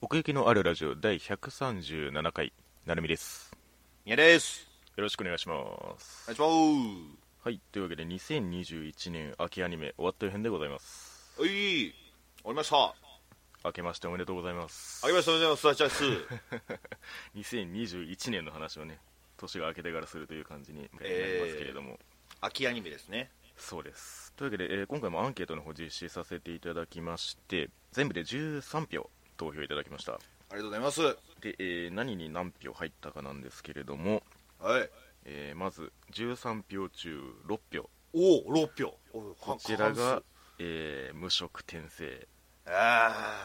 奥行きのあるラジオ第137回なるみです宮です。よろしくお願いしますお願いしはいというわけで2021年秋アニメ終わった編でございますます。はい。終わりました。あ明けましておめでとうございますりました。おめでとうございます。スタチャス。 2021年の話をね年が明けてからするという感じになりますけれども、秋アニメですね。そうですというわけで、えー今回もアンケートの方実施させていただきまして全部で13票投票いただきましたありがとうございます。はで、えー何に何票入ったかなんですけれども、い。えーまず13票中6票おお、六票。おこちらが。、えー無色転生ああ。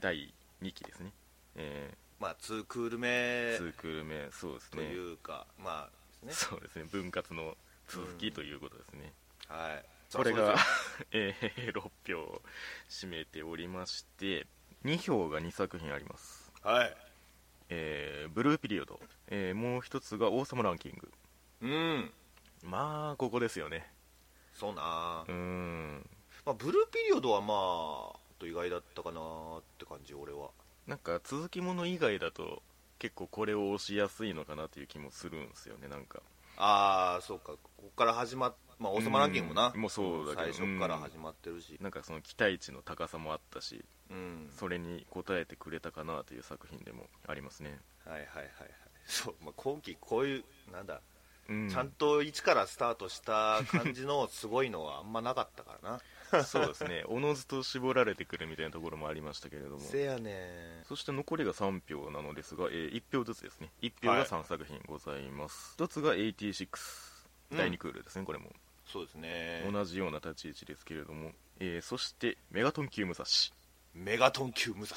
第2期ですね、えまあ、ツークール目ー、2クール目そうですとねいうか、まあ、ですね。そうですね分割の続きということですね、はい。これがそう、 えー6票を占めておりまして2票が2作品あります、そうはい。えーブルーピリオド、えーもう一つが王様ランキングうん。まあここですよねそうなうーんまあ、ブルーピリオドはまあ、と意外だったかなって感じ、俺は。なんか続きもの以外だと結構これを押しやすいのかなという気もするんですよねなんかああ、そうか。ここから始まっ、まあ、王様ランキングもな。うんもうそうだけど最初から始まってるし。なんかその期待値の高さもあったしうん。それに応えてくれたかなという作品でもありますね、はいはいはいはいそう、まあ、今期こういうなんだ、うんちゃんと一からスタートした感じのすごいのはあんまなかったからなそうです ねおのずと絞られてくるみたいなところもありましたけれどもせやねそして残りが3票なのですが、え1票ずつですね1票はがい3作品ございます、1つが86うん第2クールですね、これもそうですね同じような立ち位置ですけれども、えーそしてメガトン級武蔵 ちメガトン級武ょっ蔵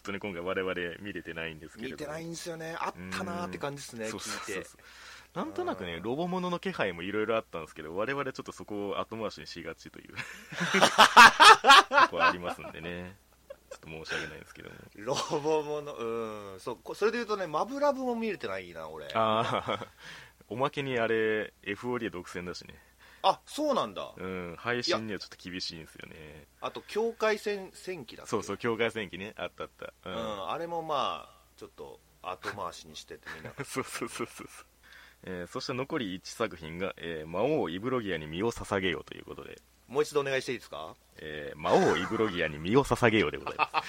とね今回我々見れてないんですけれど見もてないんです よねあったなーって感じですねそうそう聞そういてそうなんとなくねうんロボものの気配もいろいろあったんですけど我々ちょっとそこを後回しにしがちというとこありますんでねちょっと申し訳ないですけどもロボものうんそうこそれでいうとねマブラブも見れてないな俺あああおまけにあれ FOD 独占だしねそうなんだうん配信にはちょっと厳しいんですよねあと境界線戦記だっけそうそうう、、境界戦記ねあったあったうんあれもまあちょっと後回しにしててみんなそうそうそうそうそうえーそして残り1作品が、えー魔王イブロギアに身を捧げよ」ということで、もう一度お願いしていいですかえー魔王イブロギアに身を捧げよ」でございま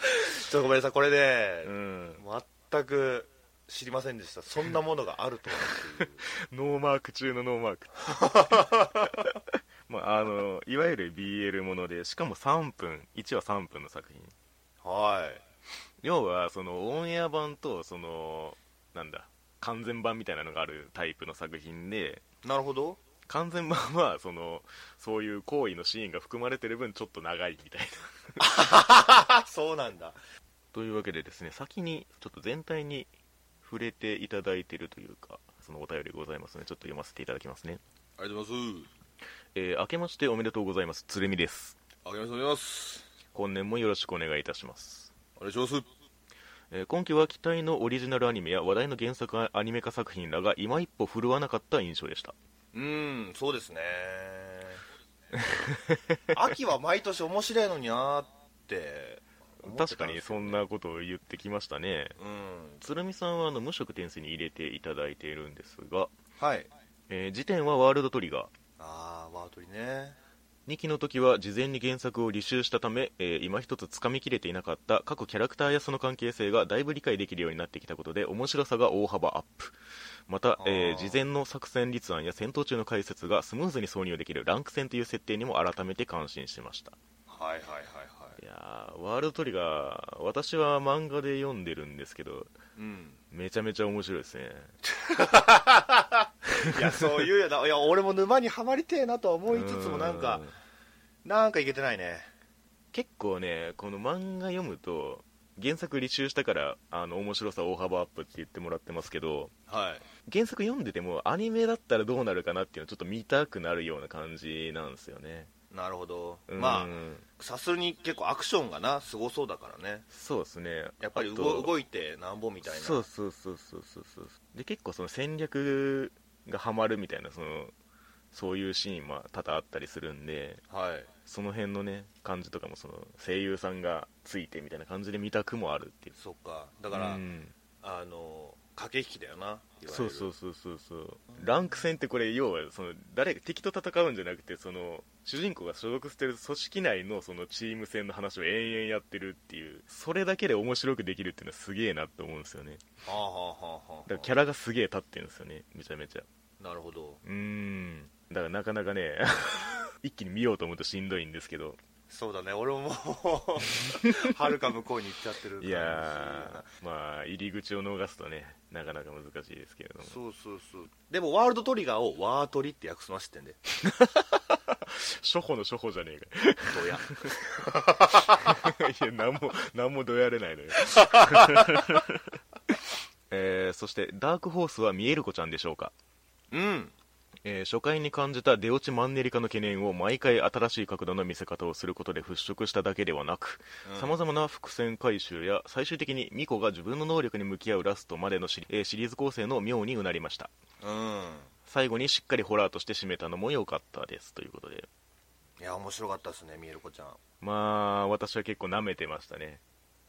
す ちょっとごめんなさいこれで、うん、全く知りませんでしたそんなものがあるとはっていうノーマーク中のノーマーク、まあ、あのいわゆる BL ものでしかも3分1話3分の作品 はい要はそのオンエア版とそのなんだ完全版みたいなのがあるタイプの作品でなるほど完全版はそのそういう行為のシーンが含まれてる分ちょっと長いみたいなあそうなんだというわけでですね先にちょっと全体に触れていただいてるというかそのお便りございますのでちょっと読ませていただきますねありがとうございますえー明けましておめでとうございますつれみですありがとうございます今年もよろしくお願いいたします、お願いしますえー今期は期待のオリジナルアニメや話題の原作アニメ化作品らが今一歩振るわなかった印象でしたうんそうですね 秋は毎年面白いのになーって思って確たかんでにすそんなことを言ってきましたねうん鶴見さんはあの無色転生に入れていただいているんですが、はいえー時点はワールドトリガーああワードリね2期の時は事前に原作を履修したため、えー今一つつかみきれていなかった各キャラクターやその関係性がだいぶ理解できるようになってきたことで面白さが大幅アップまた、えーあー事前の作戦立案や戦闘中の解説がスムーズに挿入できるランク戦という設定にも改めて感心しましたはいはいはいはいいやーワールドトリガー私は漫画で読んでるんですけどうんめちゃめちゃ面白いですねいやそう言うよないや俺も沼にはまりてえなとは思いつつもなんかうなんかいけてないね結構ねこの漫画読むと原作履修したからあの面白さ大幅アップって言ってもらってますけどはい原作読んでてもアニメだったらどうなるかなっていうのちょっと見たくなるような感じなんですよねなるほど、うんまあさすがに結構アクションがなすごそうだからねそうですねやっぱりあと動動いてなんぼみたいなそうそうそうそうそうそうで結構その戦略がハマるみたいなそのそういうシーンも多々あったりするんではいその辺のね感じとかもその声優さんがついてみたいな感じで見たくもあるっていうそっかだから、うんあの駆け引きだよないわゆるそうそうそうそうそうランク戦ってこれ要はその誰敵と戦うんじゃなくてその主人公が所属してる組織内のそのチーム戦の話を延々やってるっていうそれだけで面白くできるっていうのはすげえなって思うんですよねはあはあはあはあだからキャラがすげえ立ってるんですよねめちゃめちゃなるほどうーんだからなかなかね 一気に見ようと思うとしんどいんですけどそうだね 俺もはるか向こうに行っちゃってる感じいやーまあ入り口を逃すとねなかなか難しいですけれどもそうそうそうでもワールドトリガーをワートリって訳すのは知ってんで初歩の初歩じゃねえかど うやいや、なんも、なんもどやれないのよ。えーそして、ダークホースは見える子ちゃんでしょうか、うんえー初回に感じた出落ちマンネリ化の懸念を毎回新しい角度の見せ方をすることで払拭しただけではなくさまざまな伏線回収や最終的にミコが自分の能力に向き合うラストまでのシリ,、えーシリーズ構成の妙にうなりましたうん最後にしっかりホラーとして締めたのも良かったですということでいや面白かったですねみえる子ちゃんまあ私は結構舐めてましたね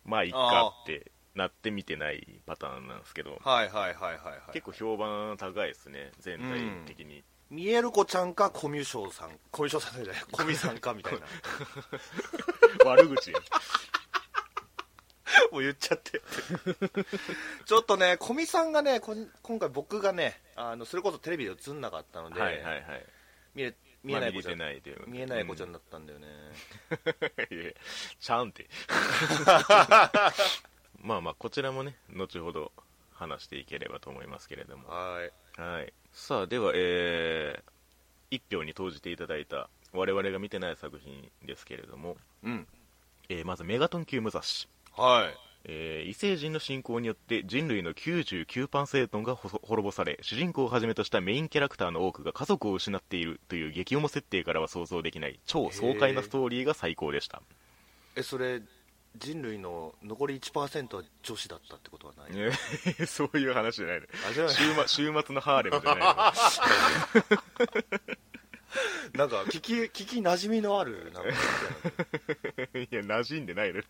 まあいっかってなって見てないパターンなんですけどはいはいはいはい、はい、結構評判高いですね全体的に、見える子ちゃんかコミュ障さんコミュ障さんじゃないコミさんかみたいな悪 口やもう言っちゃって ちょっとねコミさんがねこん今回僕がねあのそれこそテレビで映んなかったので、はいはいはい見え見えない子ちまあ見れてゃん、ないという見えない子ちゃうんだったんだよね、んいやちゃんって まあまあこちらもね後ほど話していければと思いますけれどもはいはいさあではえー、1票に投じていただいた我々が見てない作品ですけれども、うんえーまずメガトン級武蔵はいえー異星人の侵攻によって人類の99%がほそ滅ぼされ主人公をはじめとしたメインキャラクターの多くが家族を失っているという激重設定からは想像できない超爽快なストーリーが最高でしたえそれ人類の残り1%は女子だったってことはない、ね そういう話じゃない のあじゃ週 末週末のハーレムじゃないあなんか聞き聞き馴染みのあるなんかの いや馴染んでないの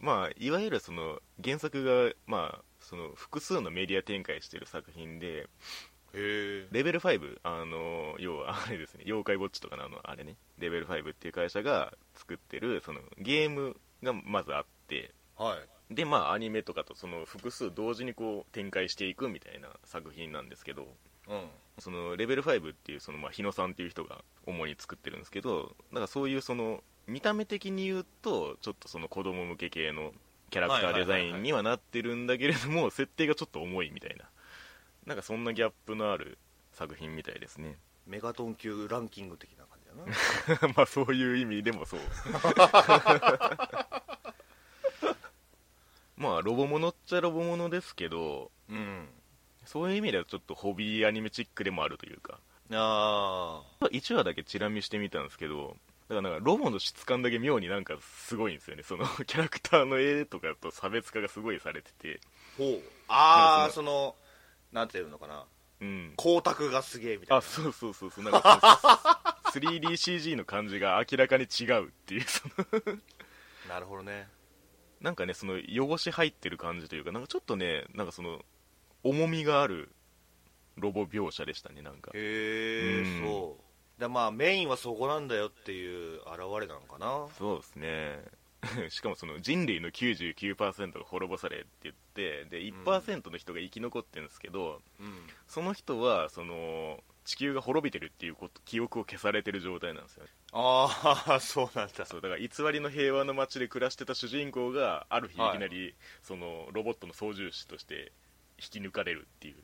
まあいわゆるその原作がまあその複数のメディア展開している作品でへレベル5、あの要はあれですね、妖怪ウォッチとかのあのあれね、レベル5っていう会社が作ってるそのゲームがまずあって、はいで、まあ、アニメとかとその複数同時にこう展開していくみたいな作品なんですけど、うんそのレベル5っていうその、まあ、日野さんっていう人が主に作ってるんですけど、なんかそういうその見た目的に言うと、ちょっとその子供向け系のキャラクターデザインにはなってるんだけれども、設定がちょっと重いみたいな、なんかそんなギャップのある作品みたいですね。 メガトン級ランキング的な感じだなまあそういう意味で もそうまあロボものっちゃロボものですけど うんそういう意味ではちょっとホビーアニメチックでもあるというかあ1話だけチラ見してみたんですけどだからなんかロボの質感だけ妙になんかすごいんですよねその キャラクターの絵とかと差別化がすごいされててあほうあなんあかそのなんていうのかなうん光沢がすげえみたいあそうそうそうそうなんか 3DCG の感じが明らかに違うっていうそのななるほどねなんかね、その汚し入ってる感じというか、なんかちょっとね、なんかその、重みがあるロボ描写でしたね、なんか。へえ、うんそうでまあメインはそこなんだよっていう現れなのかなそうですね。 しかもその人類の99%が滅ぼされって言って、で、1%の人が生き残ってるんですけど、うんその人は、その、地球が滅びてるっていうこと記憶を消されてる状態なんですよねああそうなんだそうだから偽りの平和の街で暮らしてた主人公がある日いはいきなり、そのロボットの操縦士として引き抜かれるっていう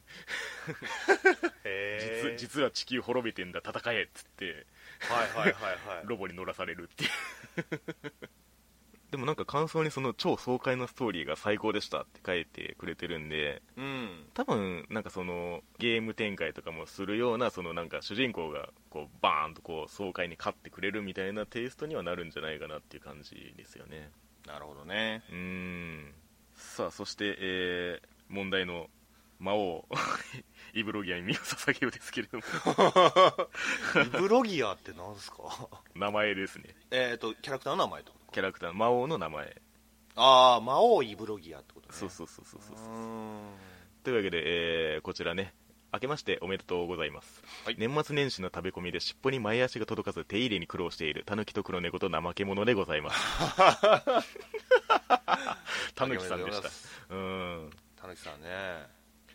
へ実実は地球滅びてんだ戦えっつって実はいはいはい はいロボに乗らされるっていう でもなんか感想にその超爽快なストーリーが最高でしたって書いてくれてるんでうん多分なんかそのゲーム展開とかもするようなそのなんか主人公がこうバーンとこう爽快に勝ってくれるみたいなテイストにはなるんじゃないかなっていう感じですよねなるほどねうーんさあそして、えー問題の 魔王イブロギアに身を捧げようですけれどもイブロギアってなんですか名前ですね えっとキャラクターの名前とキャラクター魔王の名前、ああ魔王イブロギアってことねそうそうそうそうそううーんというわけで、えーこちらね明けましておめでとうございます、はい年末年始の食べ込みで尻尾に前足が届かず手入れに苦労しているタヌキと黒猫と怠け者でございます タヌキさんでしたうんたぬきさんね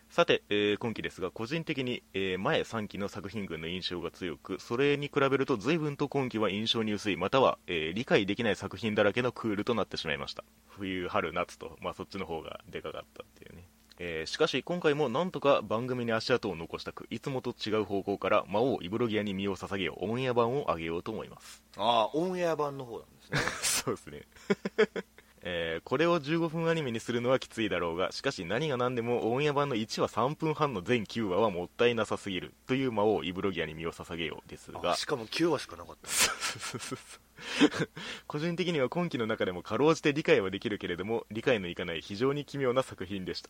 さて、えー今期ですが個人的に、えー前3期の作品群の印象が強くそれに比べると随分と今期は印象に薄いまたは、えー理解できない作品だらけのクールとなってしまいました冬春夏と、まあ、そっちの方がでかかったっていうね、えーしかし今回もなんとか番組に足跡を残したくいつもと違う方向から魔王イブロギアに身を捧げようオンエア版を上げようと思いますああオンエア版の方なんですね そうですね えーこれを15分アニメにするのはきついだろうがしかし何が何でもオンエア版の1話3分半の全9話はもったいなさすぎるという魔王イブロギアに身を捧げようですあがしかも9話しかなかったそうそうそうそう 個人的には今期の中でもかろうじて理解はできるけれども理解のいかない非常に奇妙な作品でした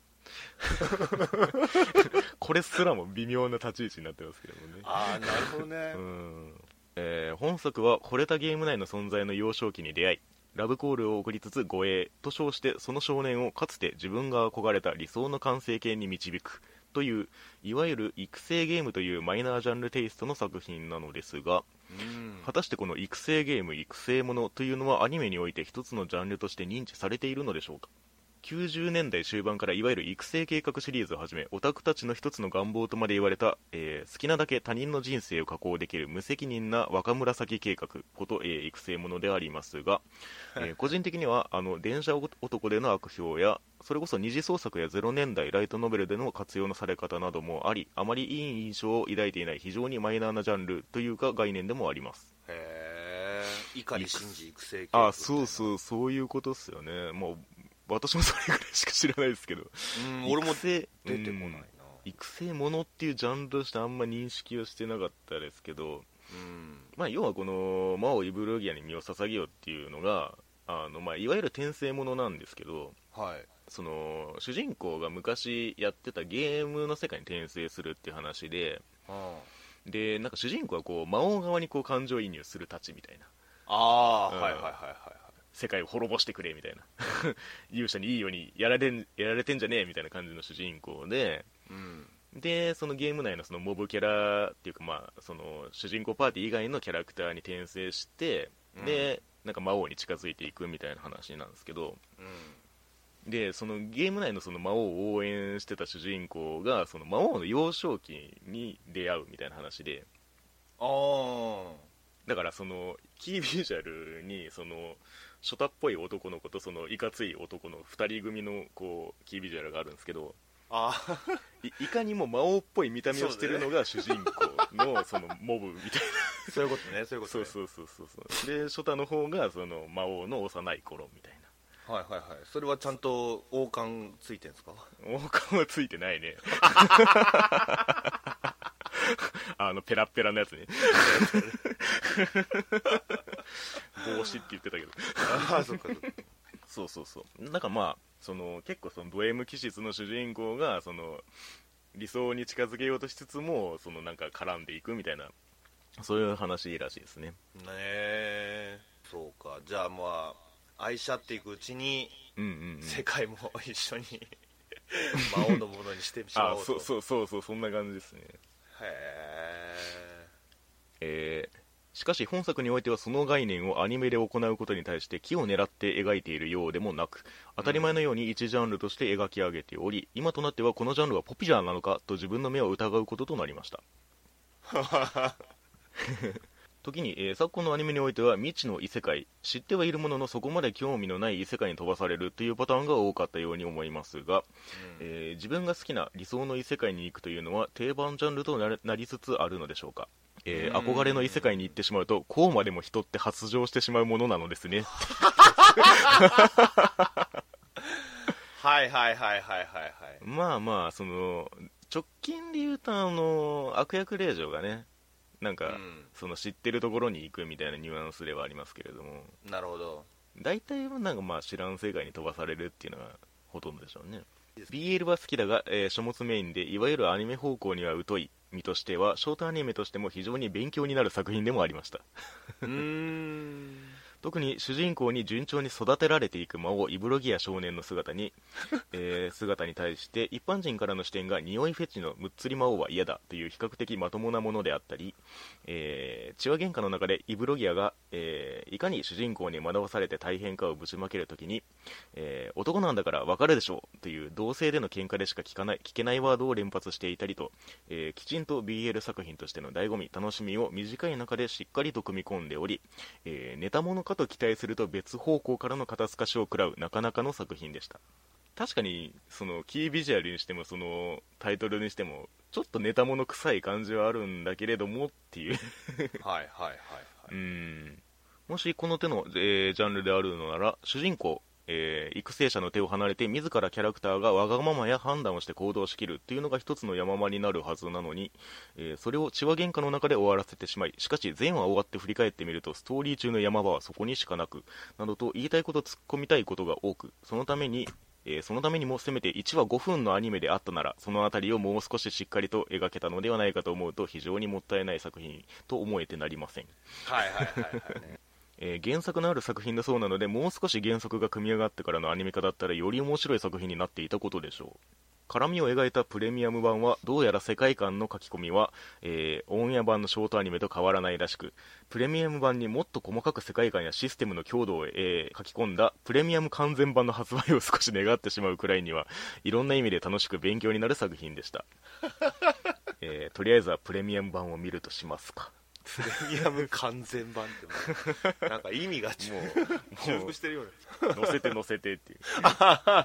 これすらも微妙な立ち位置になってますけどもね ああなるほどねうんえー本作は惚れたゲーム内の存在の幼少期に出会いラブコールを送りつつ護衛と称してその少年をかつて自分が憧れた理想の完成形に導くといういわゆる育成ゲームというマイナージャンルテイストの作品なのですがうん果たしてこの育成ゲーム育成ものというのはアニメにおいて一つのジャンルとして認知されているのでしょうか90年代終盤からいわゆる育成計画シリーズをはじめオタクたちの一つの願望とまで言われた、えー好きなだけ他人の人生を加工できる無責任な若紫計画こと、えー育成ものでありますが、えー個人的にはあの電車男での悪評やそれこそ二次創作や0年代ライトノベルでの活用のされ方などもありあまりいい印象を抱いていない非常にマイナーなジャンルというか概念でもありますへえ碇真司育成あそうう、そうそういうことっすよねもう私もそれぐらいしか知らないですけどうん、俺も育成出てこないなうん育成ものっていうジャンルとしてあんま認識をしてなかったですけど、うんまあ、要はこの「魔王イブロギアに身を捧げよ」っていうのがあの、まあ、いわゆる転生ものなんですけどはいその主人公が昔やってたゲームの世界に転生するっていう話でうんでなんか主人公はこう魔王側にこう感情移入するたちみたいなああ、うんはいはいはいはい世界を滅ぼしてくれみたいな 勇者にいいようにやられんやられてんじゃねえみたいな感じの主人公ではい、うん、でそのゲーム内のそのモブキャラっていうか、まあ、その主人公パーティー以外のキャラクターに転生してで、なんか魔王に近づいていくみたいな話なんですけどうでそのゲーム内のその魔王を応援してた主人公がその魔王の幼少期に出会うみたいな話でん、ああだからそのキービジュアルにそのショタっぽい男の子とそのいかつい男の2人組のこうキービジュアルがあるんですけどあいいかにも魔王っぽい見た目をしてるのが主人公のそのモブみたいー そういうことねそういうなことそうねそうそうそうそうでショタの方がその魔王の幼い頃みたいはいはいはいそれはちゃんと王冠ついて んですかな王冠はついてないねあのペラッペラのやつね帽子って言ってたけどああそっかそっかそうそうそうなんかまあその結構そのド M 気質の主人公がその理想に近づけようとしつつもそのなんか絡んでいくみたいなそういう話らしいですねねえそうかじゃあまあ愛し合っていくうちにうんうん、うん、世界も一緒に 魔王のものにしてしまあおうとそうそうそうそうそんな感じですねへええーしかし本作においてはその概念をアニメで行うことに対して木を狙って描いているようでもなく当たり前のように一ジャンルとして描き上げており今となってはこのジャンルはポピュラーなのかと自分の目を疑うこととなりました時に、えー昨今のアニメにおいては未知の異世界知ってはいるもののそこまで興味のない異世界に飛ばされるというパターンが多かったように思いますがうんえー自分が好きな理想の異世界に行くというのは定番ジャンルとなれなりつつあるのでしょうか、えーうん憧れの異世界に行ってしまうとこうまでも人って発情してしまうものなのですねはいはいはいはいはいはいまあまあその直近で言うとあの悪役令嬢がねなんか、うんその知ってるところに行くみたいなニュアンスではありますけれどもなるほど大体はなんかまあ知らん世界に飛ばされるっていうのがほとんどでしょうね BL は好きだが、えー書物メインでいわゆるアニメ方向には疎い身としてはショートアニメとしても非常に勉強になる作品でもありましたうーん特に主人公に順調に育てられていく魔王イブロギア少年の姿に、えー姿に対して一般人からの視点が匂いフェチのむっつり魔王は嫌だという比較的まともなものであったり、えー、血は喧嘩の中でイブロギアが、えーいかに主人公に惑わされて大変かをぶちまけるときに、えー男なんだからわかるでしょうという同性での喧嘩でしか聞かない聞けないワードを連発していたりと、えーきちんと BL 作品としての醍醐味楽しみを短い中でしっかりと組み込んでおり、えーネタものかと期待すると別方向からの肩透かしを食らうなかなかの作品でした確かにそのキービジュアルにしてもそのタイトルにしてもちょっとネタもの臭い感じはあるんだけれどもっていうはいはいはいはい、うんもしこの手の、えージャンルであるのなら主人公、えー育成者の手を離れて自らキャラクターがわがままや判断をして行動しきるというのが一つの山場になるはずなのに、えーそれを血は喧嘩の中で終わらせてしまいしかし前話終わって振り返ってみるとストーリー中の山場はそこにしかなくなどと言いたいこと突っ込みたいことが多くそのためにえーそのためにもせめて1話5分のアニメであったならその辺りをもう少ししっかりと描けたのではないかと思うと非常にもったいない作品と思えてなりませんはいはいはいはいねえー原作のある作品だそうなのでもう少し原作が組み上がってからのアニメ化だったらより面白い作品になっていたことでしょう絡みを描いたプレミアム版はどうやら世界観の書き込みは、えーオンエア版のショートアニメと変わらないらしくプレミアム版にもっと細かく世界観やシステムの強度を、えー書き込んだプレミアム完全版の発売を少し願ってしまうくらいにはいろんな意味で楽しく勉強になる作品で した、えーとりあえずはプレミアム版を見るとしますかプレミアム完全版ってもうなんか意味がもう重複してるよね乗せて乗せてって いう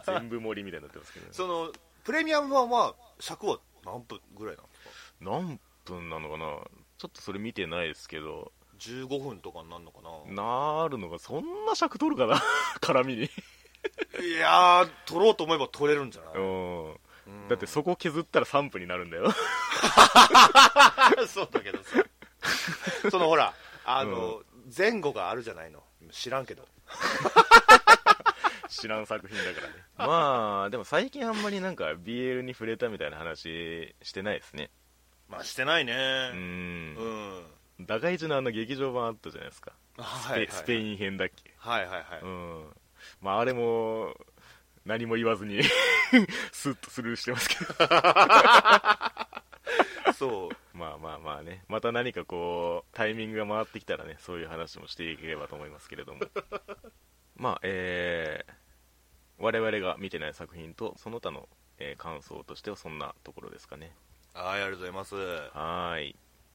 全部盛りみたいになってますけど、ね、そのプレミアム版は尺は何分ぐらいなんですか何分なのかなちょっとそれ見てないですけど15分とかになるのかななるのがそんな尺取るかな 絡みに、いやー撮ろうと思えば撮れるんじゃないううんんだってそこ削ったら3分になるんだよ そうだけどさそのほらあの、前後があるじゃないの知らんけど 知らん作品だからねまあでも最近あんまりなんか BL に触れたみたいな話してないですねまあしてないねううんん、打開地のあの劇場版あったじゃないですかスはペ,、いはいスペイン編だっけはいはいはい、うんまああれも何も言わずに スッとスルーしてますけどそうまあまあまあねまた何かこうタイミングが回ってきたらねそういう話もしていければと思いますけれどもまあえー我々が見てない作品とその他の、えー感想としてはそんなところですかねはいありがとうございますはーい